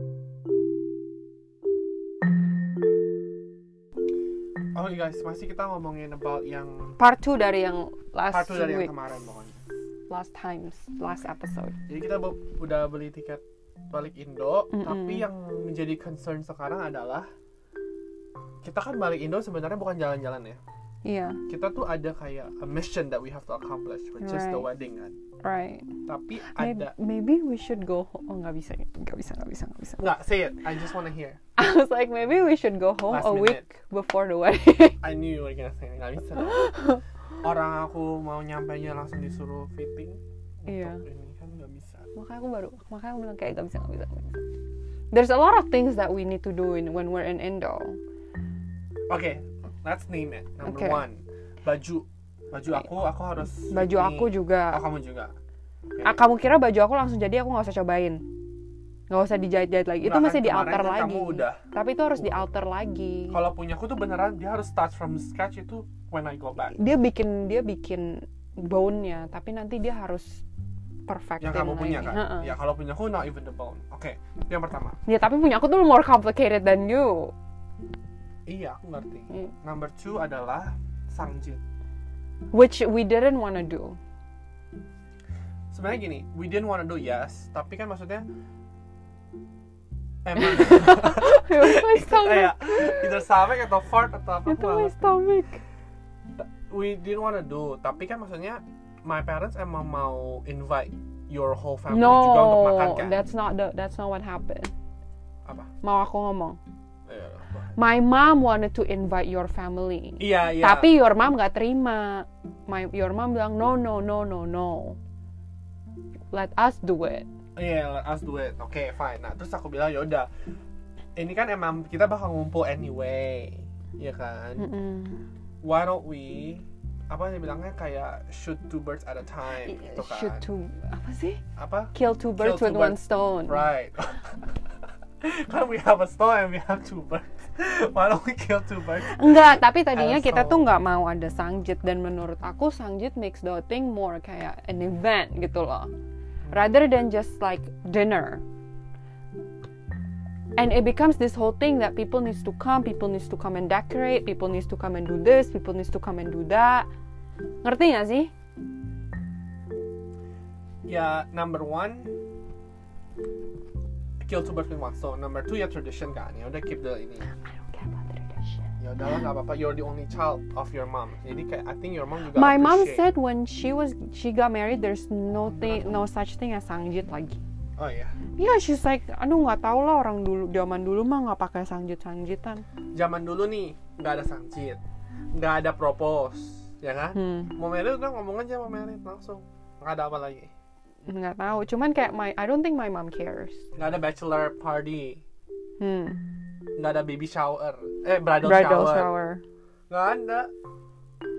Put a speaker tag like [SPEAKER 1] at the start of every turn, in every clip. [SPEAKER 1] Oke Oh, iya, guys, masih kita ngomongin about yang
[SPEAKER 2] Part 2 dari yang last
[SPEAKER 1] part 2 dari
[SPEAKER 2] week,
[SPEAKER 1] yang kemarin pokoknya.
[SPEAKER 2] last times, last episode.
[SPEAKER 1] Jadi kita be- udah beli tiket balik Indo,
[SPEAKER 2] Mm-mm.
[SPEAKER 1] tapi yang menjadi concern sekarang adalah kita kan balik Indo sebenarnya bukan jalan-jalan ya.
[SPEAKER 2] Iya,
[SPEAKER 1] Kita tuh ada kayak a mission that we have to accomplish, which is the
[SPEAKER 2] Right.
[SPEAKER 1] wedding kan.
[SPEAKER 2] right.
[SPEAKER 1] Tapi
[SPEAKER 2] May-
[SPEAKER 1] ada
[SPEAKER 2] Maybe we should go home. Oh, nggak bisa, nggak bisa, nggak bisa, nggak bisa.
[SPEAKER 1] nggak say it. I just wanna hear.
[SPEAKER 2] I was like, maybe we should go home
[SPEAKER 1] Last
[SPEAKER 2] a
[SPEAKER 1] minute.
[SPEAKER 2] week before the wedding.
[SPEAKER 1] I knew you were gonna say it. Nggak bisa. dong. Orang aku mau nyampe aja langsung disuruh fitting.
[SPEAKER 2] Iya.
[SPEAKER 1] Untuk ini kan nggak bisa.
[SPEAKER 2] makanya aku baru, makanya aku bilang kayak nggak bisa, nggak bisa, nggak bisa. There's a lot of things that we need to do in, when we're in Indo.
[SPEAKER 1] Oke, let's name it. Number
[SPEAKER 2] Oke.
[SPEAKER 1] one, baju. Baju aku, aku harus.
[SPEAKER 2] Baju
[SPEAKER 1] ini.
[SPEAKER 2] aku juga.
[SPEAKER 1] Oh, kamu juga. Oke.
[SPEAKER 2] Ah, kamu kira baju aku langsung jadi aku nggak usah cobain nggak usah dijahit-jahit lagi itu
[SPEAKER 1] Nah, kan
[SPEAKER 2] masih di
[SPEAKER 1] kemarin
[SPEAKER 2] alter
[SPEAKER 1] kan
[SPEAKER 2] lagi
[SPEAKER 1] kamu udah.
[SPEAKER 2] tapi itu harus di alter lagi
[SPEAKER 1] Kalau punya aku tuh beneran dia harus start from scratch itu when I go back.
[SPEAKER 2] dia bikin dia bikin bone nya tapi nanti dia harus perfectin
[SPEAKER 1] Yang kamu
[SPEAKER 2] lagi
[SPEAKER 1] punya kan?
[SPEAKER 2] Heeh.
[SPEAKER 1] Ya kalau punya aku not even the bone. Oke, itu yang pertama.
[SPEAKER 2] ya tapi punya aku tuh more complicated than you
[SPEAKER 1] Iya, aku ngerti.
[SPEAKER 2] Hmm.
[SPEAKER 1] Number two adalah sangjit.
[SPEAKER 2] which we didn't wanna do
[SPEAKER 1] Sebenarnya gini, we didn't wanna do yes, tapi kan maksudnya emang
[SPEAKER 2] it was my
[SPEAKER 1] itu
[SPEAKER 2] stomach
[SPEAKER 1] kayak either stomach atau fart atau apa aku
[SPEAKER 2] it
[SPEAKER 1] nggak
[SPEAKER 2] was my
[SPEAKER 1] ngerti.
[SPEAKER 2] stomach
[SPEAKER 1] we didn't wanna do tapi kan maksudnya my parents emang mau invite your whole family
[SPEAKER 2] no
[SPEAKER 1] juga untuk makan kan
[SPEAKER 2] that's not the that's not what happened
[SPEAKER 1] apa
[SPEAKER 2] mau aku ngomong
[SPEAKER 1] Iya,
[SPEAKER 2] my mom wanted to invite your family
[SPEAKER 1] iya iya
[SPEAKER 2] Tapi your mom nggak terima. My your mom bilang no no no no no. Let us do it.
[SPEAKER 1] iya let us do it oke fine nah terus aku bilang yaudah ini kan emang kita bakal ngumpul anyway ya kan
[SPEAKER 2] Hmm. Mm-mm.
[SPEAKER 1] why don't we apa dia bilangnya kayak shoot two birds at a time gitu kan
[SPEAKER 2] Shoot two apa sih?
[SPEAKER 1] apa
[SPEAKER 2] Kill two birds
[SPEAKER 1] two
[SPEAKER 2] with
[SPEAKER 1] birds.
[SPEAKER 2] one stone.
[SPEAKER 1] Right. Kan we have a stone and we have two birds. Why don't we kill two birds?
[SPEAKER 2] Enggak, tapi tadinya kita
[SPEAKER 1] Asshole.
[SPEAKER 2] tuh nggak mau ada sangjit dan menurut aku sangjit makes the thing more kayak an event gitu loh. Rather than just like dinner. And it becomes this whole thing that people needs to come, people needs to come and decorate, people needs to come and do this, people needs to come and do that. Ngerti nggak sih?
[SPEAKER 1] Ya, number one kill two birds with one stone. Number two ya tradition kan. Ya udah keep the ini.
[SPEAKER 2] I don't care about tradition.
[SPEAKER 1] Ya udah lah nggak apa-apa. You're the only child of your mom. Jadi kayak I think your mom juga
[SPEAKER 2] My mom
[SPEAKER 1] appreciate.
[SPEAKER 2] said when she was she got married, there's no thing, no such thing as sangjit lagi.
[SPEAKER 1] Oh iya.
[SPEAKER 2] Iya, she's like, aduh nggak tahu lah orang dulu zaman dulu mah nggak pakai sangjit sangjitan.
[SPEAKER 1] Zaman dulu nih nggak ada sangjit. Nggak ada propose, ya kan?
[SPEAKER 2] Hmm,
[SPEAKER 1] Mau married udah ngomong aja mau married langsung. Nggak ada apa lagi.
[SPEAKER 2] nggak tahu. Cuman kayak my, I don't think my mom cares.
[SPEAKER 1] Nggak ada bachelor party.
[SPEAKER 2] Hmm,
[SPEAKER 1] nggak ada baby shower eh bridal,
[SPEAKER 2] bridal
[SPEAKER 1] shower.
[SPEAKER 2] shower.
[SPEAKER 1] nggak ada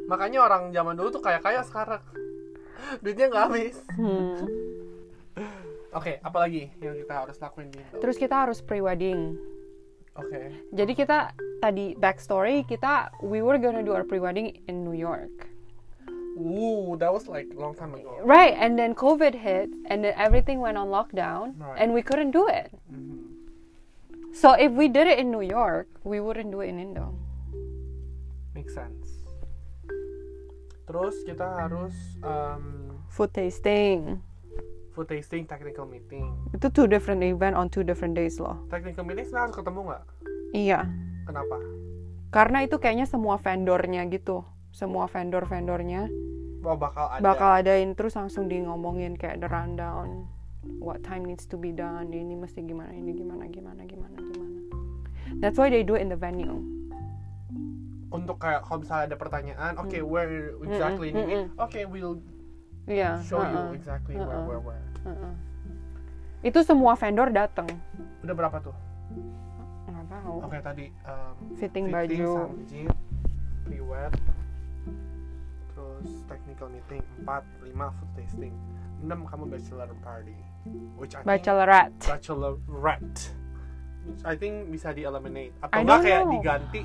[SPEAKER 1] makanya orang zaman dulu tuh kaya kaya sekarang duitnya nggak habis
[SPEAKER 2] Hmm.
[SPEAKER 1] oke apalagi yang kita harus lakuin di Indo oke
[SPEAKER 2] Terus kita harus pre-wedding. Jadi kita tadi backstory kita we were gonna do our pre-wedding in New York.
[SPEAKER 1] Ooh, that was like long time ago
[SPEAKER 2] Right, and then COVID hit, and then everything went on lockdown,
[SPEAKER 1] Right.
[SPEAKER 2] and we couldn't do it.
[SPEAKER 1] Mhm.
[SPEAKER 2] So if we did it in New York, we wouldn't do it in Indo.
[SPEAKER 1] make sense terus kita harus um,
[SPEAKER 2] Food tasting.
[SPEAKER 1] food tasting technical meeting
[SPEAKER 2] Itu two different event on two different days loh.
[SPEAKER 1] technical meeting sebenarnya harus ketemu nggak
[SPEAKER 2] Iya.
[SPEAKER 1] kenapa
[SPEAKER 2] Karena itu kayaknya semua vendornya gitu. Semua vendor-vendornya
[SPEAKER 1] Wah Oh, bakal ada
[SPEAKER 2] bakal adain terus langsung di ngomongin kayak the rundown. What time needs to be done, ini mesti gimana, ini gimana, gimana, gimana, gimana. That's why they do it in the venue.
[SPEAKER 1] untuk kayak kalau misalnya ada pertanyaan oke
[SPEAKER 2] Hmm.
[SPEAKER 1] where exactly
[SPEAKER 2] Mm-mm,
[SPEAKER 1] ini oke we'll
[SPEAKER 2] Iya.
[SPEAKER 1] show you
[SPEAKER 2] hmm, uh-uh,
[SPEAKER 1] exactly where
[SPEAKER 2] Uh-uh.
[SPEAKER 1] where where
[SPEAKER 2] uh-uh. Itu semua vendor datang.
[SPEAKER 1] udah berapa tuh
[SPEAKER 2] Nggak tahu.
[SPEAKER 1] Oke tadi um,
[SPEAKER 2] Fitting baju.
[SPEAKER 1] sangjit, pre-wed, terus technical meeting 4, 5 food tasting, 6 kamu bachelor party, which I think
[SPEAKER 2] Bachelorette.
[SPEAKER 1] bachelorette, which I think bisa di eliminate atau
[SPEAKER 2] I don't
[SPEAKER 1] enggak kayak
[SPEAKER 2] know.
[SPEAKER 1] diganti,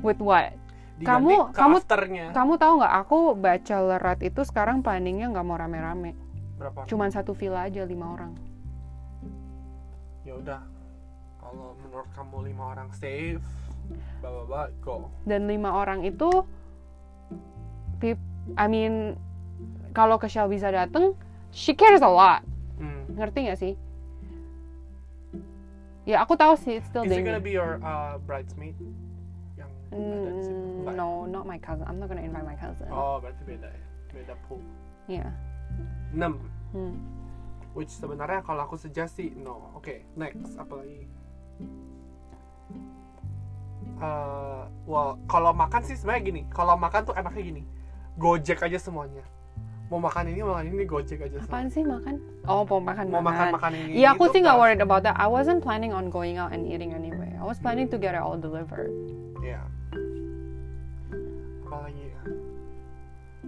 [SPEAKER 2] With what?
[SPEAKER 1] diganti
[SPEAKER 2] Kamu-
[SPEAKER 1] ke
[SPEAKER 2] kamu-
[SPEAKER 1] afternya
[SPEAKER 2] Kamu tahu nggak aku bachelorette itu sekarang planningnya nggak mau rame-rame.
[SPEAKER 1] berapa?
[SPEAKER 2] Cuman satu villa aja lima orang.
[SPEAKER 1] Ya udah, kalau menurut kamu lima orang safe, blah blah blah go
[SPEAKER 2] dan lima orang itu pip I mean kalau ke Shell bisa dateng she cares a lot
[SPEAKER 1] Hmm.
[SPEAKER 2] ngerti nggak sih ya aku tahu sih it's still
[SPEAKER 1] is it gonna
[SPEAKER 2] dangerous
[SPEAKER 1] be your uh, bridesmaid yang ada di situ?
[SPEAKER 2] Mm,
[SPEAKER 1] Enggak. ya?
[SPEAKER 2] no not my cousin I'm not gonna invite my cousin
[SPEAKER 1] oh berarti beda ya beda pool
[SPEAKER 2] yeah
[SPEAKER 1] 6
[SPEAKER 2] Hmm.
[SPEAKER 1] which sebenarnya kalau aku suggest sih no oke next apalagi Eh, well kalau makan sih sebenarnya gini kalau makan tuh enaknya gini gojek aja semuanya mau makan ini mau makan ini gojek aja semuanya.
[SPEAKER 2] apaan sih makan oh mau makan
[SPEAKER 1] mau makan gitu, makan ini
[SPEAKER 2] Iya, aku
[SPEAKER 1] itu
[SPEAKER 2] sih nggak
[SPEAKER 1] plus-
[SPEAKER 2] worried about that. I wasn't planning on going out and eating anyway. I was planning to get it all delivered.
[SPEAKER 1] Iya. Apalagi ya.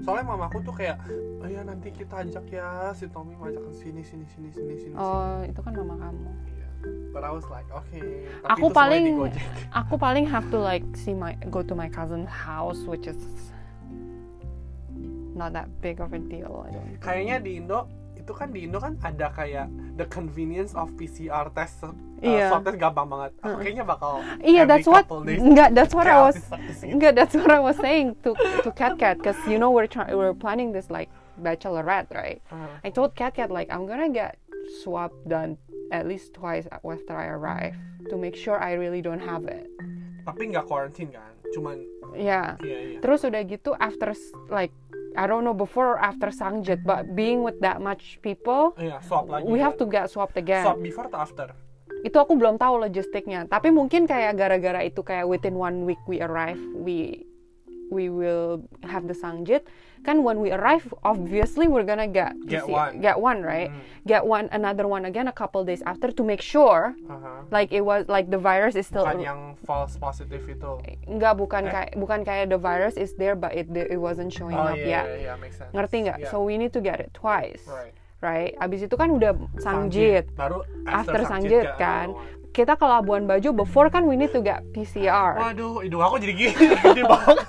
[SPEAKER 1] Soalnya mamaku tuh kayak, oh ya nanti kita ajak ya si Tommy mau ajak ke sini sini sini sini sini.
[SPEAKER 2] Oh, itu kan mama kamu.
[SPEAKER 1] sini." Iya. But I was like, oke. Tapi
[SPEAKER 2] Aku
[SPEAKER 1] itu semuanya
[SPEAKER 2] paling-
[SPEAKER 1] di Gojek.
[SPEAKER 2] Aku paling have to like see my go to my cousin's house, which is not that big of a deal. I don't.
[SPEAKER 1] Kayaknya di Indo itu kan di Indo kan ada kayak the convenience of PCR test, uh,
[SPEAKER 2] Iya.
[SPEAKER 1] swab test gampang banget. Aku kayaknya bakal.
[SPEAKER 2] Iya,
[SPEAKER 1] every
[SPEAKER 2] that's what.
[SPEAKER 1] couple days
[SPEAKER 2] Enggak, that's what I
[SPEAKER 1] kayak
[SPEAKER 2] was.
[SPEAKER 1] artis-artis gitu.
[SPEAKER 2] Enggak, that's what I was saying to to Cat Cat, because you know we're trying we're planning this like bachelorette, right?
[SPEAKER 1] Uh,
[SPEAKER 2] I told Kat Kat like I'm gonna get swab done at least twice after I arrive to make sure I really don't have it.
[SPEAKER 1] tapi nggak quarantine kan, cuman
[SPEAKER 2] Yeah.
[SPEAKER 1] iya iya.
[SPEAKER 2] Terus udah gitu after s- like I don't know before or after Sangjit, but being with that much people,
[SPEAKER 1] Iya, swab lagi.
[SPEAKER 2] we
[SPEAKER 1] kan.
[SPEAKER 2] have to get swabbed again.
[SPEAKER 1] swab before atau after?
[SPEAKER 2] Itu aku belum tahu logistiknya, tapi mungkin kayak gara-gara itu kayak within one week we arrive, we we will have the Sangjit. Kan when we arrive, obviously we're gonna get to
[SPEAKER 1] Get
[SPEAKER 2] see-
[SPEAKER 1] one.
[SPEAKER 2] get one right,
[SPEAKER 1] Mm.
[SPEAKER 2] get one another one again a couple days after to make sure
[SPEAKER 1] Aha.
[SPEAKER 2] like it was like the virus is still
[SPEAKER 1] bukan yang false positive itu.
[SPEAKER 2] nggak bukan
[SPEAKER 1] Eh.
[SPEAKER 2] kayak bukan kayak the virus is there but it it wasn't showing up yet
[SPEAKER 1] iya, makes sense.
[SPEAKER 2] ya. ngerti nggak
[SPEAKER 1] Iya,
[SPEAKER 2] so we need to get it twice
[SPEAKER 1] right.
[SPEAKER 2] right abis itu kan udah sangjit
[SPEAKER 1] Baru
[SPEAKER 2] after
[SPEAKER 1] sangjit
[SPEAKER 2] sangjit kan
[SPEAKER 1] kelaluan.
[SPEAKER 2] kita ke Labuan Bajo before kan we need to get PCR
[SPEAKER 1] Waduh, hidung aku jadi gini, gede banget.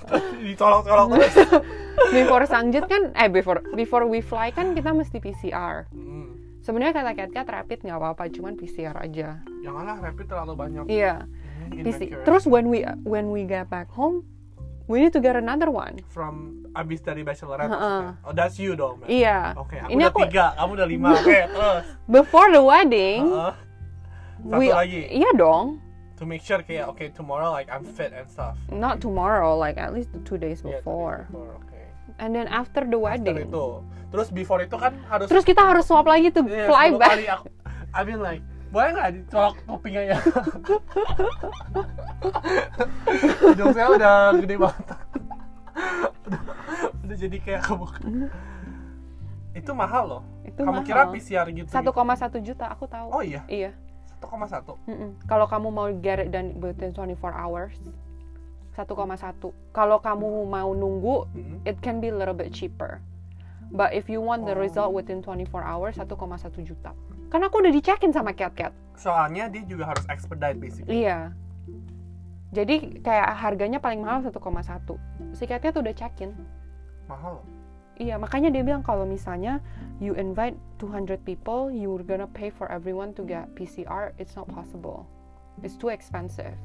[SPEAKER 1] Dicolok-colok terus.
[SPEAKER 2] before sangjit kan eh before before we fly kan kita mesti PCR
[SPEAKER 1] Hmm.
[SPEAKER 2] sebenarnya kata Kat rapid nggak apa-apa cuman PCR aja
[SPEAKER 1] Janganlah rapid terlalu banyak.
[SPEAKER 2] iya
[SPEAKER 1] Ini
[SPEAKER 2] PC
[SPEAKER 1] inaccurate.
[SPEAKER 2] terus when we when we get back home we need to get another one
[SPEAKER 1] from abis dari bachelorette.
[SPEAKER 2] Heeh.
[SPEAKER 1] maksudnya. Oh, that's you dong. Mel.
[SPEAKER 2] iya
[SPEAKER 1] Oke, aku
[SPEAKER 2] ini
[SPEAKER 1] udah
[SPEAKER 2] aku
[SPEAKER 1] tiga, kamu udah lima. Oke, terus.
[SPEAKER 2] before the wedding
[SPEAKER 1] Heeh. Uh, Satu
[SPEAKER 2] we
[SPEAKER 1] lagi.
[SPEAKER 2] iya dong
[SPEAKER 1] To make sure kayak, okay, tomorrow like I'm fit and stuff.
[SPEAKER 2] not tomorrow like at least the two days
[SPEAKER 1] Iya, tadi
[SPEAKER 2] before
[SPEAKER 1] before, oke.
[SPEAKER 2] and then after the
[SPEAKER 1] After
[SPEAKER 2] wedding
[SPEAKER 1] itu. Terus before itu kan harus
[SPEAKER 2] terus kita harus swap lagi to
[SPEAKER 1] Iya,
[SPEAKER 2] fly
[SPEAKER 1] sepuluh
[SPEAKER 2] back
[SPEAKER 1] kali aku, I mean like boleh nggak dicolok kupingnya ya hidung saya udah gede banget udah, udah jadi kayak kebuka itu mahal loh
[SPEAKER 2] itu
[SPEAKER 1] kamu
[SPEAKER 2] mahal.
[SPEAKER 1] kira PCR gitu
[SPEAKER 2] 1,1 juta aku tahu
[SPEAKER 1] oh iya
[SPEAKER 2] iya
[SPEAKER 1] 1,1
[SPEAKER 2] Mm-mm. kalau kamu mau get it done within 24 hours 1,1 kalau kamu mau nunggu
[SPEAKER 1] Mm-mm.
[SPEAKER 2] it can be a little bit cheaper but if you want the
[SPEAKER 1] Oh.
[SPEAKER 2] result within 24 hours 1,1 juta karena aku udah dicekin sama Cat Cat
[SPEAKER 1] soalnya dia juga harus expedite basically
[SPEAKER 2] Iya. Jadi kayak harganya paling mahal 1,1. Si Katnya tuh udah cekin.
[SPEAKER 1] mahal loh
[SPEAKER 2] Iya, makanya dia bilang kalau misalnya you invite 200 people, you're gonna pay for everyone to get PCR, it's not possible. It's too expensive.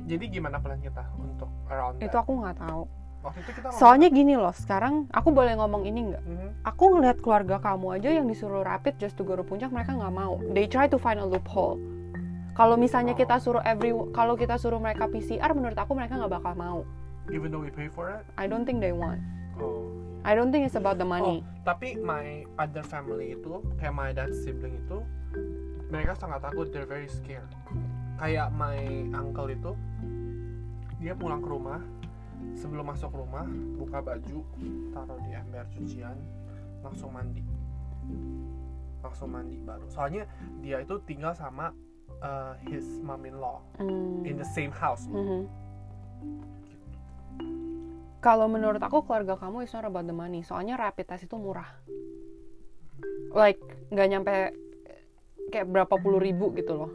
[SPEAKER 1] jadi gimana plan kita untuk around
[SPEAKER 2] Itu
[SPEAKER 1] that?
[SPEAKER 2] aku nggak tahu.
[SPEAKER 1] waktu itu kita ngomong-
[SPEAKER 2] Soalnya gini loh, sekarang aku boleh ngomong ini nggak?
[SPEAKER 1] Mhm.
[SPEAKER 2] Aku ngeliat keluarga kamu aja yang disuruh rapid just to go to puncak, mereka nggak mau. They try to find a loophole. Kalau misalnya kita suruh every, kalau kita suruh mereka PCR, menurut aku mereka nggak bakal mau.
[SPEAKER 1] even though we pay for it
[SPEAKER 2] I don't think they want.
[SPEAKER 1] oh
[SPEAKER 2] I don't think it's about the
[SPEAKER 1] Oh,
[SPEAKER 2] money.
[SPEAKER 1] tapi my other family itu, kayak my dad sibling itu, mereka sangat takut, they're very scared. Kayak my uncle itu, dia pulang ke rumah, sebelum masuk rumah, buka baju, taruh di ember cucian, langsung mandi. Langsung mandi baru. Soalnya dia itu tinggal sama uh, his mom-in-law
[SPEAKER 2] Hmm.
[SPEAKER 1] in the same house.
[SPEAKER 2] Mhm. Kalau menurut aku keluarga kamu is not about the money. Soalnya rapid test itu murah. Like nggak nyampe eh, kayak berapa puluh ribu gitu loh.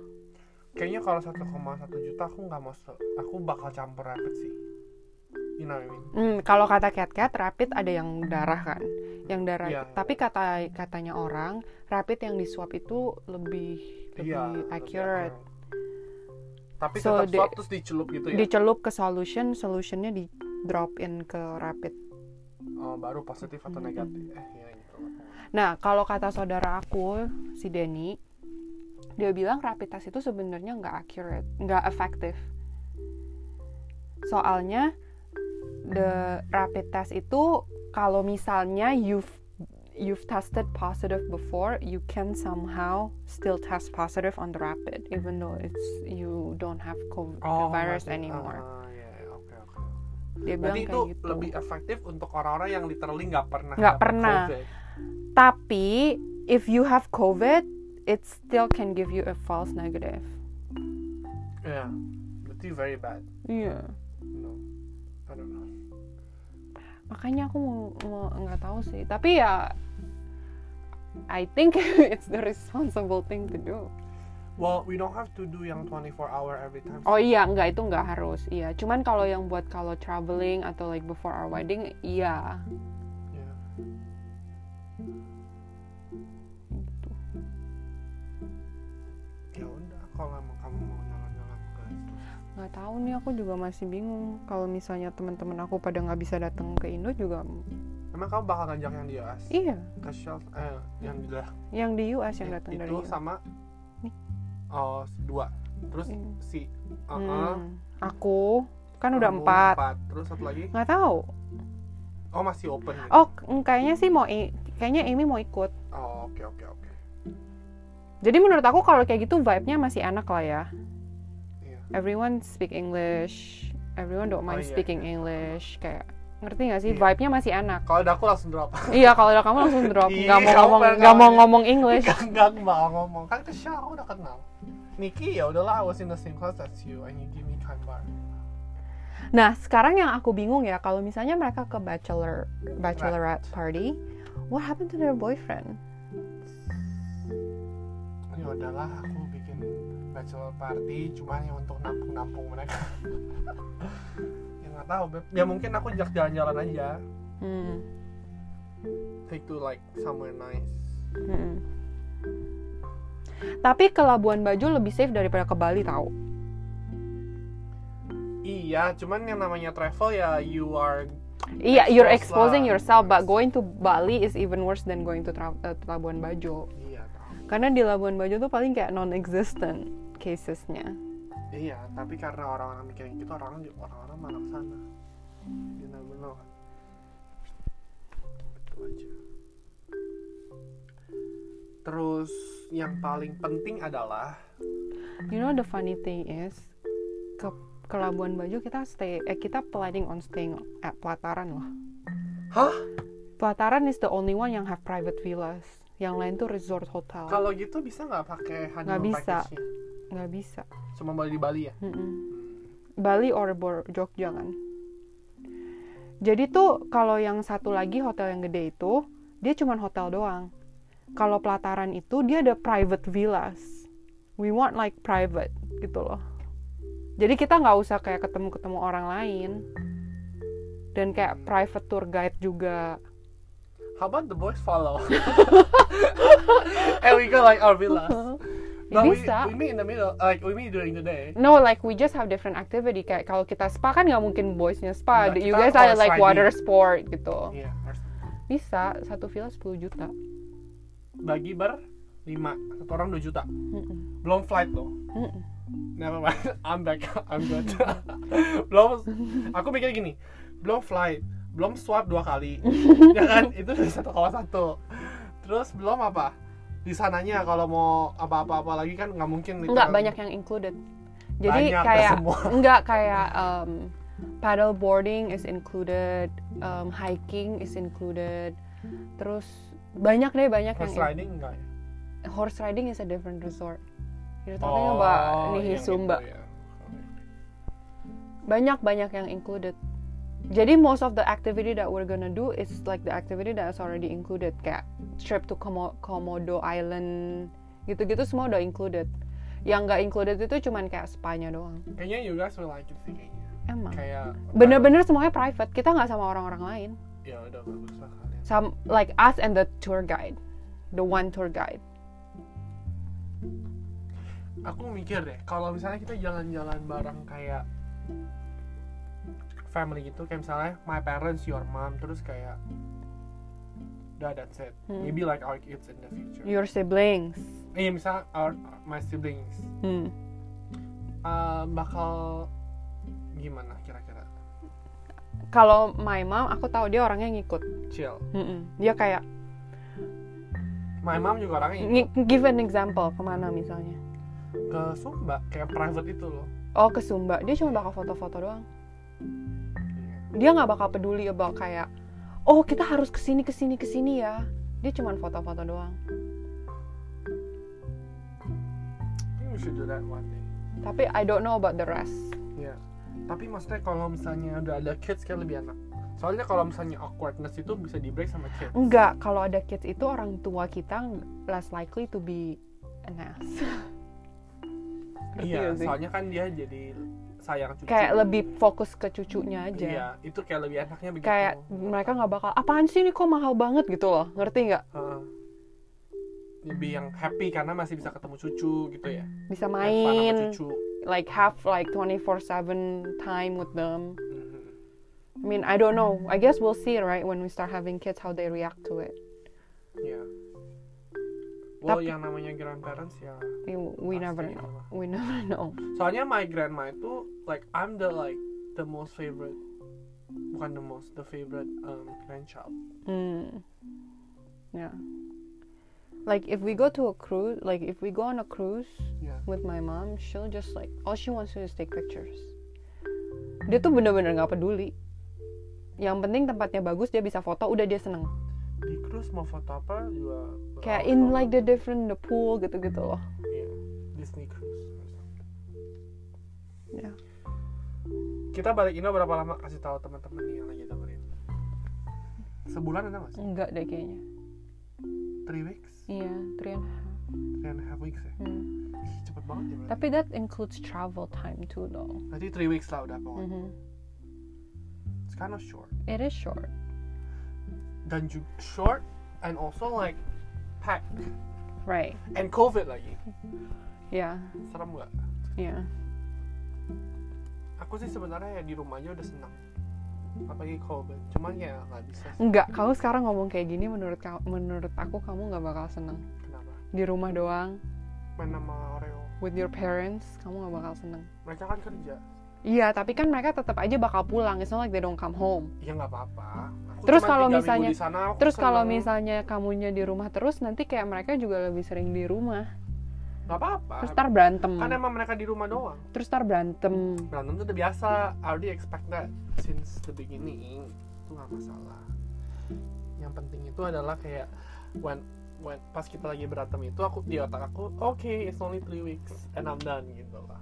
[SPEAKER 1] Kayaknya kalau 1,1 juta aku nggak mau, se- aku bakal campur rapid sih. You know what I mean?
[SPEAKER 2] Hmm, kalau kata cat-cat rapid ada yang darah kan, yang darah.
[SPEAKER 1] Iya.
[SPEAKER 2] Tapi kata katanya orang rapid yang di swab itu lebih
[SPEAKER 1] Iya,
[SPEAKER 2] lebih
[SPEAKER 1] lebih
[SPEAKER 2] accurate.
[SPEAKER 1] accurate. Tapi
[SPEAKER 2] So,
[SPEAKER 1] tetap
[SPEAKER 2] di-
[SPEAKER 1] swab terus dicelup gitu ya.
[SPEAKER 2] dicelup ke solution solutionnya di drop in ke rapid
[SPEAKER 1] Oh, baru positif atau negatif. Eh, ya gitu.
[SPEAKER 2] Nah, kalau kata saudara aku, si Denny, dia bilang rapid test itu sebenarnya nggak accurate, nggak efektif. Soalnya, the rapid test itu kalau misalnya you've you've tested positive before, you can somehow still test positive on the rapid, even though it's you don't have COVID virus
[SPEAKER 1] berarti-
[SPEAKER 2] anymore.
[SPEAKER 1] Oh, ah, ya, ya, oke, oke.
[SPEAKER 2] Dia bilang
[SPEAKER 1] Berarti itu
[SPEAKER 2] kayak gitu.
[SPEAKER 1] lebih efektif untuk orang-orang yang literally nggak pernah
[SPEAKER 2] Nggak
[SPEAKER 1] dapet
[SPEAKER 2] pernah.
[SPEAKER 1] COVID.
[SPEAKER 2] Tapi if you have COVID, it still can give you a false negative.
[SPEAKER 1] Iya. Berarti very bad.
[SPEAKER 2] Iya.
[SPEAKER 1] No. I don't know.
[SPEAKER 2] Makanya aku mau mau- nggak tahu sih. Tapi ya I think it's the responsible thing to do.
[SPEAKER 1] Well, we don't have to do yang 24 hour every time.
[SPEAKER 2] Oh iya, nggak itu nggak harus. Iya, cuman kalau yang buat kalau traveling atau like before our wedding, iya.
[SPEAKER 1] Yeah.
[SPEAKER 2] Gitu.
[SPEAKER 1] Ya udah, kalau emang kamu mau nyolong-nyolong ke itu.
[SPEAKER 2] Nggak tahu nih aku juga masih bingung. Kalau misalnya teman-teman aku pada nggak bisa datang ke Indo juga,
[SPEAKER 1] Emang kamu bakal ngajak yang di US?
[SPEAKER 2] iya.
[SPEAKER 1] Ke Shell- eh, yang di
[SPEAKER 2] Yang di US yang datang dari
[SPEAKER 1] itu
[SPEAKER 2] US.
[SPEAKER 1] sama
[SPEAKER 2] Nih.
[SPEAKER 1] oh dua terus
[SPEAKER 2] Iya.
[SPEAKER 1] si uh
[SPEAKER 2] Hmm, Aku kan udah empat.
[SPEAKER 1] terus satu lagi
[SPEAKER 2] nggak tahu
[SPEAKER 1] oh masih open gitu.
[SPEAKER 2] oh k- kayaknya sih mau i- kayaknya Amy mau ikut
[SPEAKER 1] Oh, oke oke oke
[SPEAKER 2] jadi menurut aku kalau kayak gitu vibe-nya masih enak lah ya
[SPEAKER 1] Iya.
[SPEAKER 2] everyone speak English everyone don't
[SPEAKER 1] Oh,
[SPEAKER 2] mind
[SPEAKER 1] iya,
[SPEAKER 2] speaking English kayak ngerti nggak sih
[SPEAKER 1] Iya.
[SPEAKER 2] vibe-nya masih enak
[SPEAKER 1] kalau udah aku langsung drop
[SPEAKER 2] iya kalau udah kamu langsung drop
[SPEAKER 1] Ih,
[SPEAKER 2] nggak
[SPEAKER 1] Iya,
[SPEAKER 2] mau
[SPEAKER 1] kamu ya.
[SPEAKER 2] ngomong
[SPEAKER 1] pengen
[SPEAKER 2] nggak mau
[SPEAKER 1] ngomongin.
[SPEAKER 2] ngomong English
[SPEAKER 1] enggak enggak aku mau ngomong kan ke Shell aku udah kenal Niki ya udahlah I was in the same class as you and you give me time bar
[SPEAKER 2] nah sekarang yang aku bingung ya kalau misalnya mereka ke bachelor bachelorette party what happened to their boyfriend
[SPEAKER 1] ya udahlah aku bikin bachelor party cuman yang untuk nampung nampung mereka ya nggak tahu Beb. ya mungkin aku ajak jalan-jalan aja
[SPEAKER 2] Hmm,
[SPEAKER 1] take to like somewhere nice
[SPEAKER 2] mm-mm. Hmm. tapi ke Labuan Bajo lebih safe daripada ke Bali tahu
[SPEAKER 1] Iya, cuman yang namanya travel ya you are
[SPEAKER 2] Iya, you're
[SPEAKER 1] Expose
[SPEAKER 2] exposing
[SPEAKER 1] lah.
[SPEAKER 2] yourself, but going to Bali is even worse than going to, Tra- uh, to Labuan Bajo.
[SPEAKER 1] iya tahu.
[SPEAKER 2] Karena di Labuan Bajo tuh paling kayak non-existent casesnya.
[SPEAKER 1] Iya, tapi karena orang-orang mikirin gitu orang orang-orang malah ke sana. You never know. kan. Itu aja. Terus yang paling penting adalah
[SPEAKER 2] You know the funny thing is, ke, ke Labuan Bajo kita stay, eh, kita planning on staying at Plataran loh.
[SPEAKER 1] Hah?
[SPEAKER 2] Plataran is the only one yang have private villas. Yang lain tuh resort hotel.
[SPEAKER 1] kalau gitu bisa nggak pakai honeymoon
[SPEAKER 2] Nggak bisa.
[SPEAKER 1] package-nya?
[SPEAKER 2] Nggak bisa.
[SPEAKER 1] Cuma boleh di Bali ya?
[SPEAKER 2] Mm-mm.
[SPEAKER 1] Hmm.
[SPEAKER 2] Bali or Bor- Jogja kan. Jadi tuh kalau yang satu lagi hotel yang gede itu, dia cuman hotel doang. Kalau pelataran itu dia ada private villas. We want like private gitu loh. Jadi kita nggak usah kayak ketemu-ketemu orang lain. Dan kayak private tour guide juga.
[SPEAKER 1] How about the boys follow? And we go like our villas.
[SPEAKER 2] Ya
[SPEAKER 1] But we,
[SPEAKER 2] bisa.
[SPEAKER 1] we meet in the middle, like we meet during the day.
[SPEAKER 2] No, like we just have different activity. Kayak kalau kita spa kan nggak mungkin boysnya spa.
[SPEAKER 1] Nggak,
[SPEAKER 2] you
[SPEAKER 1] kita
[SPEAKER 2] guys are
[SPEAKER 1] horse
[SPEAKER 2] like
[SPEAKER 1] riding.
[SPEAKER 2] water sport gitu.
[SPEAKER 1] Iya, harus
[SPEAKER 2] Bisa, satu villa 10 juta.
[SPEAKER 1] bagi ber 5 satu orang 2 juta
[SPEAKER 2] Mm-mm.
[SPEAKER 1] belum flight loh
[SPEAKER 2] Mm-mm.
[SPEAKER 1] never mind I'm back I'm good belum aku mikir gini belum flight belum swab dua kali ya kan itu dari satu koma satu terus belum apa di sananya kalau mau apa-apa-apa lagi kan nggak mungkin
[SPEAKER 2] Enggak
[SPEAKER 1] literal-
[SPEAKER 2] banyak yang included.
[SPEAKER 1] Banyak,
[SPEAKER 2] Jadi
[SPEAKER 1] nggak
[SPEAKER 2] kayak
[SPEAKER 1] semua.
[SPEAKER 2] enggak kayak um, paddle boarding is included, um, hiking is included. Terus banyak deh banyak
[SPEAKER 1] Terus
[SPEAKER 2] yang
[SPEAKER 1] sliding enggak ya
[SPEAKER 2] horse riding is a different resort. You're talking
[SPEAKER 1] Oh,
[SPEAKER 2] about
[SPEAKER 1] yang itu
[SPEAKER 2] Nihisumba.
[SPEAKER 1] ya.
[SPEAKER 2] Banyak banyak yang included. Jadi most of the activity that we're gonna do is like the activity that is already included kayak trip to Komo- Komodo Island gitu-gitu semua udah included. Yang nggak included itu cuman kayak spa-nya doang.
[SPEAKER 1] kayaknya you guys will like it sih kayaknya
[SPEAKER 2] Emang.
[SPEAKER 1] kayak
[SPEAKER 2] bener-bener semuanya private kita nggak sama orang-orang lain
[SPEAKER 1] ya udah bagus lah kalian
[SPEAKER 2] Some, like us and the tour guide the one tour guide
[SPEAKER 1] aku mikir deh kalau misalnya kita jalan-jalan bareng kayak family gitu kayak misalnya my parents your mom terus kayak that that's it
[SPEAKER 2] Hmm.
[SPEAKER 1] maybe like our kids in the future
[SPEAKER 2] your siblings
[SPEAKER 1] iya misalnya our my siblings
[SPEAKER 2] hmm.
[SPEAKER 1] uh, bakal gimana kira-kira
[SPEAKER 2] kalau my mom aku tahu dia orangnya ngikut
[SPEAKER 1] chill
[SPEAKER 2] Mm-mm. dia kayak
[SPEAKER 1] my mom juga orangnya
[SPEAKER 2] ngi- give an example kemana misalnya
[SPEAKER 1] ke Sumba kayak private itu loh
[SPEAKER 2] oh ke Sumba dia cuma bakal foto-foto doang
[SPEAKER 1] Iya.
[SPEAKER 2] dia nggak bakal peduli about kayak oh kita harus kesini kesini kesini ya dia cuma foto-foto doang
[SPEAKER 1] I think we should do that one day
[SPEAKER 2] tapi I don't know about the rest
[SPEAKER 1] Iya. Tapi maksudnya kalau misalnya udah ada kids kan lebih enak. Soalnya kalau misalnya awkwardness itu bisa di break sama kids.
[SPEAKER 2] enggak kalau ada kids itu orang tua kita less likely to be an ass Ngerti
[SPEAKER 1] Iya,
[SPEAKER 2] gak sih?
[SPEAKER 1] soalnya kan dia jadi sayang cucu.
[SPEAKER 2] kayak lebih fokus ke cucunya aja
[SPEAKER 1] Iya, itu kayak lebih enaknya begitu.
[SPEAKER 2] kayak mereka nggak bakal apaan sih ini kok mahal banget gitu loh ngerti nggak
[SPEAKER 1] Heeh. lebih yang happy karena masih bisa ketemu cucu gitu ya.
[SPEAKER 2] bisa
[SPEAKER 1] Have fun sama
[SPEAKER 2] main
[SPEAKER 1] cucu.
[SPEAKER 2] like have like 24/7 time with them
[SPEAKER 1] Mhm.
[SPEAKER 2] I mean I don't know I guess we'll see right when we start having kids how they react to it
[SPEAKER 1] Iya. Well,
[SPEAKER 2] Tapi-
[SPEAKER 1] yang namanya grandparents ya.
[SPEAKER 2] we, we never
[SPEAKER 1] pasti
[SPEAKER 2] know
[SPEAKER 1] lah.
[SPEAKER 2] we never know
[SPEAKER 1] Soalnya my grandma itu like I'm the like the most favorite bukan the most the favorite um, grandchild.
[SPEAKER 2] Mm. Yeah. Like if we go to a cruise, like if we go on a cruise
[SPEAKER 1] Yeah.
[SPEAKER 2] with my mom, she'll just like all she wants to do is take pictures. Dia tuh bener-bener nggak peduli. Yang penting tempatnya bagus, dia bisa foto, udah dia seneng.
[SPEAKER 1] di cruise mau foto apa juga
[SPEAKER 2] Kayak
[SPEAKER 1] berapa
[SPEAKER 2] in
[SPEAKER 1] tahun.
[SPEAKER 2] like the different the pool gitu-gitu loh.
[SPEAKER 1] Iya, Disney cruise or something.
[SPEAKER 2] Ya.
[SPEAKER 1] kita balik Indo berapa lama kasih tahu teman-teman nih yang lagi dengerin sebulan ada nggak sih
[SPEAKER 2] Enggak deh kayaknya.
[SPEAKER 1] three weeks
[SPEAKER 2] Iya, three and a half.
[SPEAKER 1] three and a half weeks ya
[SPEAKER 2] Hmm.
[SPEAKER 1] Ih, cepet banget ya berarti
[SPEAKER 2] Tapi that includes travel time too though.
[SPEAKER 1] berarti three weeks lah udah pokoknya
[SPEAKER 2] Mhm.
[SPEAKER 1] it's kind of short
[SPEAKER 2] It is short.
[SPEAKER 1] dan juga short and also like packed
[SPEAKER 2] Right.
[SPEAKER 1] and covid lagi
[SPEAKER 2] Yeah.
[SPEAKER 1] serem nggak
[SPEAKER 2] Yeah.
[SPEAKER 1] aku sih sebenarnya ya di rumahnya udah senang apalagi covid cuman ya nggak bisa sih.
[SPEAKER 2] Enggak, kamu sekarang ngomong kayak gini menurut ka- menurut aku kamu nggak bakal seneng
[SPEAKER 1] kenapa
[SPEAKER 2] di rumah doang
[SPEAKER 1] main sama Oreo
[SPEAKER 2] with your parents kamu nggak bakal seneng.
[SPEAKER 1] mereka kan kerja
[SPEAKER 2] Iya, tapi kan mereka tetap aja bakal pulang. It's not like they don't come home.
[SPEAKER 1] ya nggak apa-apa Aku
[SPEAKER 2] Terus
[SPEAKER 1] cuma
[SPEAKER 2] kalau
[SPEAKER 1] tiga minggu
[SPEAKER 2] misalnya-
[SPEAKER 1] di sana, aku
[SPEAKER 2] Terus kalau
[SPEAKER 1] seneng.
[SPEAKER 2] misalnya kamunya di rumah terus, nanti kayak mereka juga lebih sering di rumah.
[SPEAKER 1] nggak apa-apa
[SPEAKER 2] Terus tar berantem.
[SPEAKER 1] kan emang mereka di rumah doang
[SPEAKER 2] Terus tar berantem.
[SPEAKER 1] berantem tuh udah biasa I already expect that since the beginning itu nggak masalah yang penting itu adalah kayak when when pas kita lagi berantem itu aku di otak aku oke it's only three weeks and I'm done gitu lah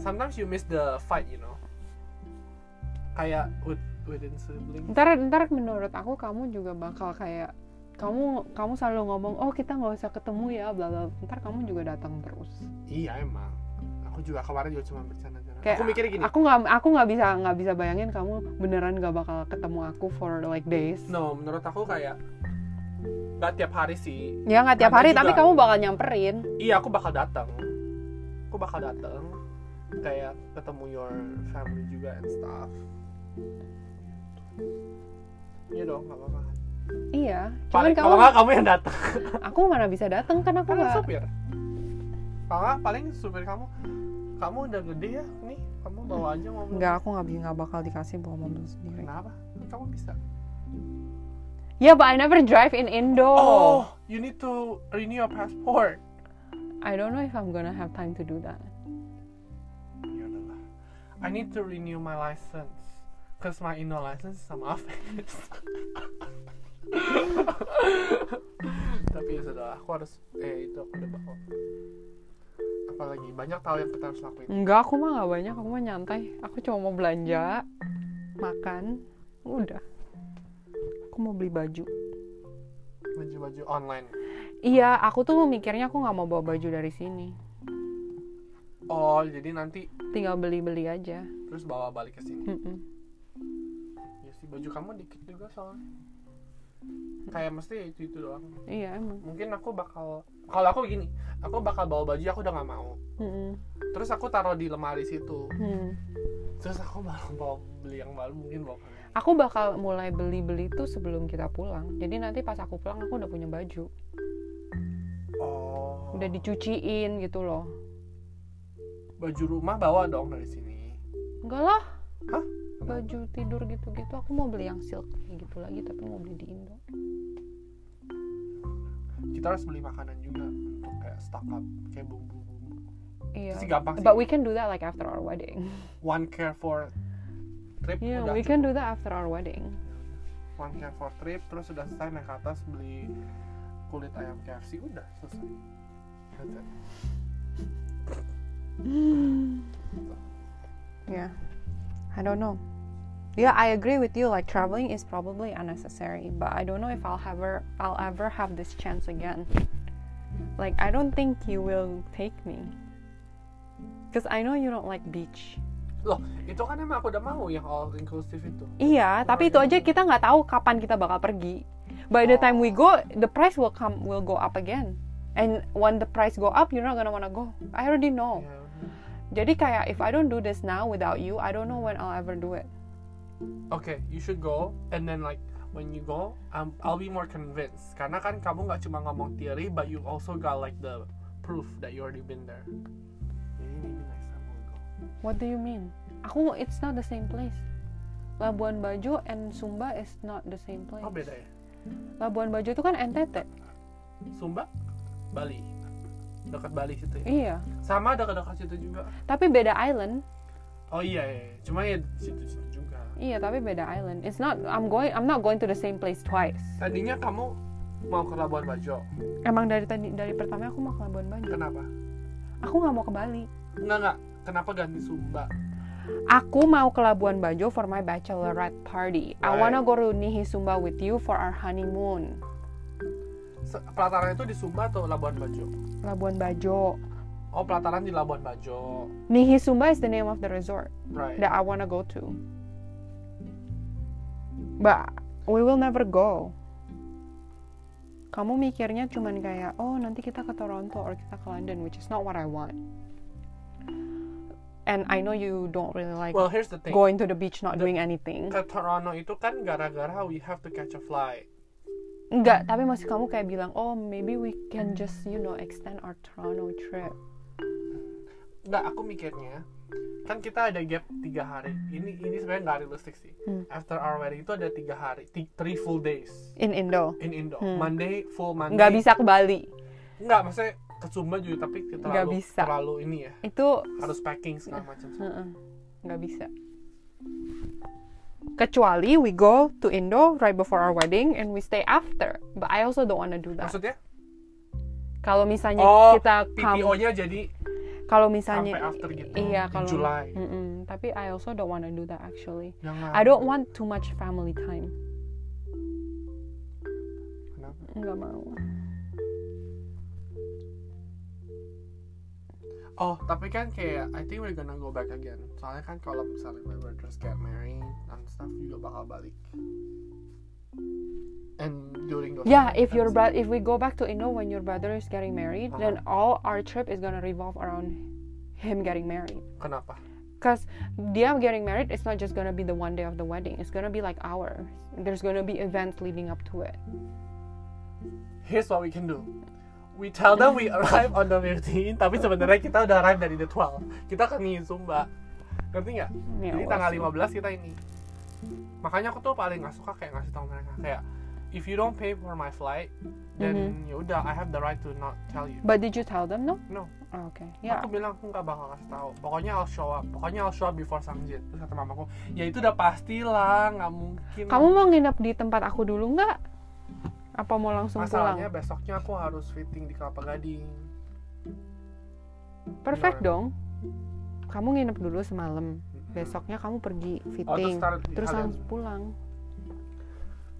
[SPEAKER 1] sometimes you miss the fight you know kayak with within sibling
[SPEAKER 2] Ntar ntar menurut aku kamu juga bakal kayak kamu kamu selalu ngomong oh kita nggak usah ketemu ya bla bla. bla." Ntar kamu juga datang terus.
[SPEAKER 1] iya emang aku juga kemarin juga cuma bercanda-bercanda
[SPEAKER 2] Kayak
[SPEAKER 1] aku mikirnya gini
[SPEAKER 2] aku nggak aku nggak bisa nggak bisa bayangin kamu beneran nggak bakal ketemu aku for like days
[SPEAKER 1] No, menurut aku kayak nggak tiap hari sih.
[SPEAKER 2] ya nggak
[SPEAKER 1] Nanti
[SPEAKER 2] tiap hari
[SPEAKER 1] juga.
[SPEAKER 2] tapi kamu bakal nyamperin
[SPEAKER 1] Iya, aku bakal datang. Aku bakal datang. Kayak ketemu your family juga and stuff. Iya dong, nggak apa-apa.
[SPEAKER 2] iya cuman
[SPEAKER 1] Paling
[SPEAKER 2] kamu
[SPEAKER 1] kalau nggak kamu yang datang.
[SPEAKER 2] aku mana bisa datang kan aku
[SPEAKER 1] Kan
[SPEAKER 2] nggak
[SPEAKER 1] supir. Kalau nggak, paling supir kamu. Kamu udah gede ya, nih. Kamu bawa aja ngomong.
[SPEAKER 2] nggak aku nggak bisa nggak bakal dikasih bawa mobil sendiri
[SPEAKER 1] Kenapa? Kan Kamu bisa.
[SPEAKER 2] ya but I never drive in Indo
[SPEAKER 1] Oh, you need to renew your passport.
[SPEAKER 2] I don't know if I'm gonna have time to do that
[SPEAKER 1] Ya udahlah. I need to renew my license Cause my Indo license sama Avis Tapi ya sudah, aku harus Eh itu aku udah bawa Apalagi banyak tahu yang kita harus lakuin
[SPEAKER 2] nggak aku mah nggak banyak aku mah nyantai aku cuma mau belanja makan udah aku mau beli baju
[SPEAKER 1] Baju-baju online
[SPEAKER 2] iya aku tuh mikirnya aku nggak mau bawa baju dari sini
[SPEAKER 1] Oh jadi nanti
[SPEAKER 2] tinggal beli-beli aja.
[SPEAKER 1] Terus bawa balik ke sini
[SPEAKER 2] Mm-mm.
[SPEAKER 1] Ya sih baju kamu dikit juga soalnya kayak mesti itu itu doang
[SPEAKER 2] iya emang
[SPEAKER 1] mungkin aku bakal kalau aku gini aku bakal bawa baju aku udah nggak mau
[SPEAKER 2] Mm-mm.
[SPEAKER 1] terus aku taruh di lemari situ
[SPEAKER 2] Hmm.
[SPEAKER 1] terus aku baru mau beli yang baru mungkin bawa ke-
[SPEAKER 2] aku bakal mulai beli-beli tuh sebelum kita pulang jadi nanti pas aku pulang aku udah punya baju
[SPEAKER 1] oh
[SPEAKER 2] udah dicuciin gitu loh
[SPEAKER 1] baju rumah bawa dong dari sini
[SPEAKER 2] enggak lah
[SPEAKER 1] Hah?
[SPEAKER 2] baju tidur gitu-gitu aku mau beli yang silk kayak gitu lagi tapi mau beli di Indo
[SPEAKER 1] kita harus beli makanan juga untuk kayak stock up kayak bumbu bumbu
[SPEAKER 2] iya
[SPEAKER 1] sih gampang sih
[SPEAKER 2] but we can do that like after our wedding
[SPEAKER 1] one care for trip
[SPEAKER 2] yeah
[SPEAKER 1] udah
[SPEAKER 2] Iya, we can do that after our wedding
[SPEAKER 1] one care for trip terus udah selesai naik ke atas beli kulit ayam KFC udah selesai That's it.
[SPEAKER 2] yeah I don't know yeah I agree with you like traveling is probably unnecessary but I don't know if I'll ever I'll ever have this chance again like I don't think you will take me because I know you don't like beach
[SPEAKER 1] loh itu kan emang aku udah mau yang all inclusive itu
[SPEAKER 2] Iya, tapi itu aja kita nggak tahu kapan kita bakal pergi. By the time we go, the price will come will go up again. And when the price go up, you're not gonna wanna go. I already know.
[SPEAKER 1] Ya udah.
[SPEAKER 2] Jadi kayak if I don't do this now without you, I don't know when I'll ever do it.
[SPEAKER 1] okay you should go and then like when you go I'm, I'll be more convinced karena kan kamu nggak cuma ngomong teori but you also got like the proof that you already been there jadi maybe next time we'll go
[SPEAKER 2] What do you mean? Aku it's not the same place. Labuan Bajo and Sumba is not the same place.
[SPEAKER 1] oh beda ya
[SPEAKER 2] Labuan Bajo itu kan NTT.
[SPEAKER 1] Sumba Bali dekat Bali situ ya
[SPEAKER 2] Iya,
[SPEAKER 1] sama dekat-dekat situ juga
[SPEAKER 2] tapi beda island.
[SPEAKER 1] oh iya, iya. iya. cuma ya situ-situ juga
[SPEAKER 2] Iya, tapi beda island. It's not I'm going I'm not going to the same place twice.
[SPEAKER 1] tadinya kamu mau ke Labuan Bajo
[SPEAKER 2] Emang dari tadi dari pertama aku mau ke Labuan Bajo.
[SPEAKER 1] kenapa
[SPEAKER 2] aku nggak mau ke Bali.
[SPEAKER 1] enggak enggak kenapa ganti Sumba
[SPEAKER 2] Aku mau ke Labuan Bajo for my bachelorette party. I
[SPEAKER 1] Right.
[SPEAKER 2] wanna go to Nihi Sumba with you for our honeymoon.
[SPEAKER 1] Se- pelataran itu di Sumba atau Labuan Bajo
[SPEAKER 2] Labuan Bajo.
[SPEAKER 1] oh pelataran di Labuan Bajo
[SPEAKER 2] Nihi Sumba is the name of the resort
[SPEAKER 1] right
[SPEAKER 2] that I wanna go to. But we will never go. Kamu mikirnya cuman kayak, oh nanti kita ke Toronto or kita ke London, which is not what I want. And I know you don't really like
[SPEAKER 1] well here's the thing
[SPEAKER 2] going to the beach not
[SPEAKER 1] The-
[SPEAKER 2] doing anything.
[SPEAKER 1] ke Toronto itu kan gara-gara we have to catch a flight
[SPEAKER 2] Enggak, tapi masih kamu kayak bilang, oh maybe we can just you know extend our Toronto trip.
[SPEAKER 1] Nggak, aku mikirnya kan kita ada gap tiga hari ini ini sebenarnya nggak realistik sih
[SPEAKER 2] Hmm.
[SPEAKER 1] after our wedding itu ada tiga hari ti- three full days
[SPEAKER 2] In Indo,
[SPEAKER 1] in Indo
[SPEAKER 2] Hmm.
[SPEAKER 1] Monday full Monday
[SPEAKER 2] nggak bisa ke Bali.
[SPEAKER 1] nggak maksudnya ke Sumba juga tapi kita
[SPEAKER 2] Nggak
[SPEAKER 1] terlalu
[SPEAKER 2] bisa.
[SPEAKER 1] terlalu ini ya
[SPEAKER 2] Itu
[SPEAKER 1] harus packing segala macam
[SPEAKER 2] heeh, nggak bisa. Kecuali we go to Indo right before our wedding and we stay after. But I also don't wanna do that.
[SPEAKER 1] maksudnya
[SPEAKER 2] Kalau misalnya
[SPEAKER 1] oh
[SPEAKER 2] kita
[SPEAKER 1] PPO
[SPEAKER 2] come,
[SPEAKER 1] nya jadi
[SPEAKER 2] kalau misalnya
[SPEAKER 1] sampai after gitu, di
[SPEAKER 2] iya kalau
[SPEAKER 1] July. Ah.
[SPEAKER 2] Mm-mm, tapi I also don't wanna do that actually.
[SPEAKER 1] jangan
[SPEAKER 2] I don't want too much family time.
[SPEAKER 1] Kenapa?
[SPEAKER 2] Nggak mau.
[SPEAKER 1] oh tapi kan kayak I think we're gonna go back again soalnya kan kalau misalnya we were just get married and stuff juga bakal balik and during those
[SPEAKER 2] Yeah, if your
[SPEAKER 1] times-
[SPEAKER 2] bro- if we go back to Indo when your brother is getting married,
[SPEAKER 1] Uh-huh.
[SPEAKER 2] then all our trip is gonna revolve around him getting married.
[SPEAKER 1] kenapa
[SPEAKER 2] Cause dia getting married, it's not just gonna be the one day of the wedding. It's gonna be like hours. There's gonna be events leading up to it.
[SPEAKER 1] here's what we can do we tell them we arrive on the 15 tapi sebenarnya kita udah arrive dari the 12 kita ke nih Sumba ngerti nggak
[SPEAKER 2] Ya,
[SPEAKER 1] Jadi
[SPEAKER 2] we'll
[SPEAKER 1] tanggal
[SPEAKER 2] see.
[SPEAKER 1] 15 kita ini. Makanya aku tuh paling nggak suka kayak ngasih tau mereka kayak if you don't pay for my flight, then ya udah I have the right to not tell you.
[SPEAKER 2] Mm-hmm. But did you tell them no?
[SPEAKER 1] No,
[SPEAKER 2] Oh, okay. Yeah.
[SPEAKER 1] aku bilang aku nggak bakal kasih tahu. Pokoknya I'll show up. Pokoknya I'll show up before Sanjit. Terus kata mamaku, ya itu udah pastilah, nggak mungkin.
[SPEAKER 2] Kamu mau nginep di tempat aku dulu nggak? Apa mau langsung
[SPEAKER 1] Masalahnya
[SPEAKER 2] pulang?
[SPEAKER 1] besoknya aku harus fitting di Kelapa Gading.
[SPEAKER 2] Perfect dong. Kamu nginep dulu semalam. Besoknya kamu pergi
[SPEAKER 1] Oh, terus
[SPEAKER 2] fitting,
[SPEAKER 1] taruh di
[SPEAKER 2] terus
[SPEAKER 1] kalian
[SPEAKER 2] langsung
[SPEAKER 1] semua.
[SPEAKER 2] pulang.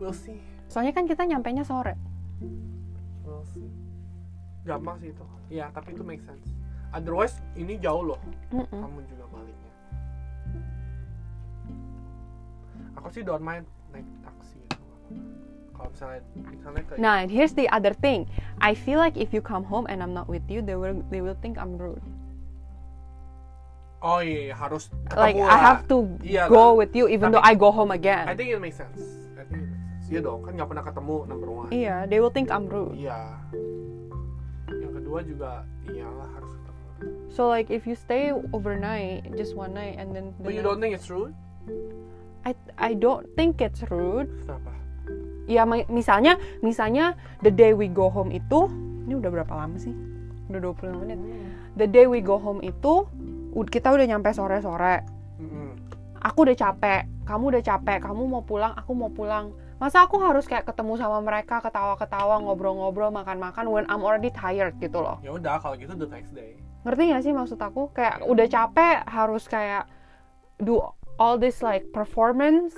[SPEAKER 1] We'll see,
[SPEAKER 2] Soalnya kan kita nyampe nya sore.
[SPEAKER 1] we'll see. Gampang sih itu. Ya, tapi itu make sense. Otherwise ini jauh loh.
[SPEAKER 2] Mm-mm.
[SPEAKER 1] kamu juga baliknya aku sih don't mind naik taksi gitu nggak apa-apa. kalau misalnya misalnya ke
[SPEAKER 2] Nah, and here's the other thing. I feel like if you come home and I'm not with you, they will they will think I'm rude.
[SPEAKER 1] oh iya iya, harus ketemu
[SPEAKER 2] Like I
[SPEAKER 1] lah.
[SPEAKER 2] have to
[SPEAKER 1] Iya, kan?
[SPEAKER 2] go with you even
[SPEAKER 1] Tapi-
[SPEAKER 2] though I go home
[SPEAKER 1] I
[SPEAKER 2] again.
[SPEAKER 1] think it makes sense I think it makes sense iya dong kan nggak pernah ketemu number one
[SPEAKER 2] Iya, they will think I'm rude.
[SPEAKER 1] iya yang kedua juga iyalah harus ketemu
[SPEAKER 2] So like if you stay overnight, just one night and then the
[SPEAKER 1] but you
[SPEAKER 2] next-
[SPEAKER 1] don't think it's rude
[SPEAKER 2] I I don't think it's rude.
[SPEAKER 1] kenapa
[SPEAKER 2] Ya ma- misalnya misalnya the day we go home itu ini udah berapa lama sih? Udah 25 menit. The day we go home itu ud- kita udah nyampe sore-sore.
[SPEAKER 1] Mm-mm.
[SPEAKER 2] Aku udah capek, kamu udah capek, kamu mau pulang, aku mau pulang. Masa aku harus kayak ketemu sama mereka ketawa-ketawa, ngobrol-ngobrol, makan-makan when I'm already tired gitu loh.
[SPEAKER 1] ya udah kalau gitu the next day
[SPEAKER 2] ngerti nggak sih maksud aku kayak udah capek harus kayak do all this like performance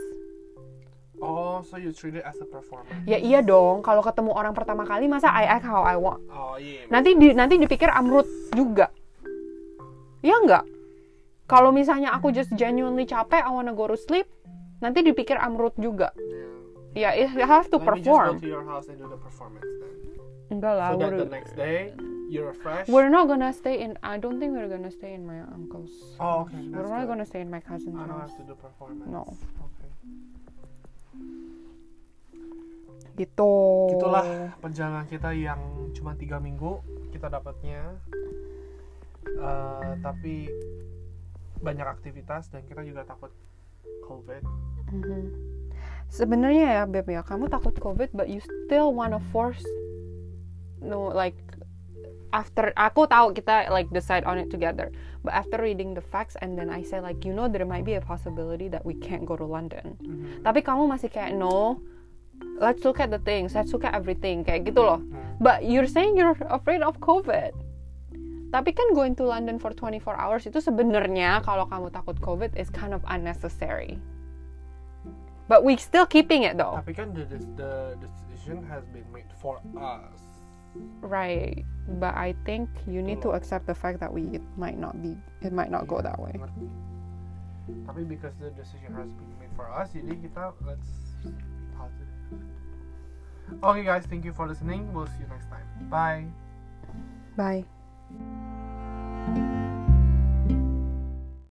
[SPEAKER 1] oh so you treat it as a performance
[SPEAKER 2] ya iya dong kalau ketemu orang pertama kali masa I act how I want
[SPEAKER 1] oh iya
[SPEAKER 2] nanti di, nanti dipikir amrut juga ya nggak kalau misalnya aku just genuinely capek I wanna go to sleep nanti dipikir amrut juga
[SPEAKER 1] yeah.
[SPEAKER 2] ya I have to
[SPEAKER 1] Let me just go
[SPEAKER 2] perform
[SPEAKER 1] to your house and do the performance then
[SPEAKER 2] enggak lah
[SPEAKER 1] so that
[SPEAKER 2] we're,
[SPEAKER 1] the next day you're fresh
[SPEAKER 2] we're not gonna stay in I don't think we're gonna stay in my uncle's
[SPEAKER 1] oh okay
[SPEAKER 2] we're
[SPEAKER 1] that's
[SPEAKER 2] not
[SPEAKER 1] good.
[SPEAKER 2] gonna stay in my cousin's
[SPEAKER 1] I don't
[SPEAKER 2] house
[SPEAKER 1] have to do performance
[SPEAKER 2] No.
[SPEAKER 1] okay
[SPEAKER 2] gitu
[SPEAKER 1] Itulah perjalanan kita yang cuma tiga minggu kita dapatnya Eh, tapi banyak aktivitas dan kita juga takut covid
[SPEAKER 2] Mhm. Sebenarnya ya Beb ya, kamu takut COVID but you still wanna force no like after aku tahu kita like decide on it together. But after reading the facts and then I say like you know there might be a possibility that we can't go to London. Tapi kamu masih kayak no. Let's look at the things, let's look at everything kayak gitu loh.
[SPEAKER 1] Hmm.
[SPEAKER 2] But you're saying you're afraid of COVID. Tapi kan going to London for 24 hours itu sebenarnya kalau kamu takut COVID is kind of unnecessary. But we still keeping it though,
[SPEAKER 1] tapi kan the, the- the decision has been made for us
[SPEAKER 2] right? But I think you need to accept the fact that we it might not be it might not go that way.
[SPEAKER 1] Ngerti? tapi because the decision has been made for us jadi kita let's be positive okay guys thank you for listening we'll see you next time bye
[SPEAKER 2] Bye.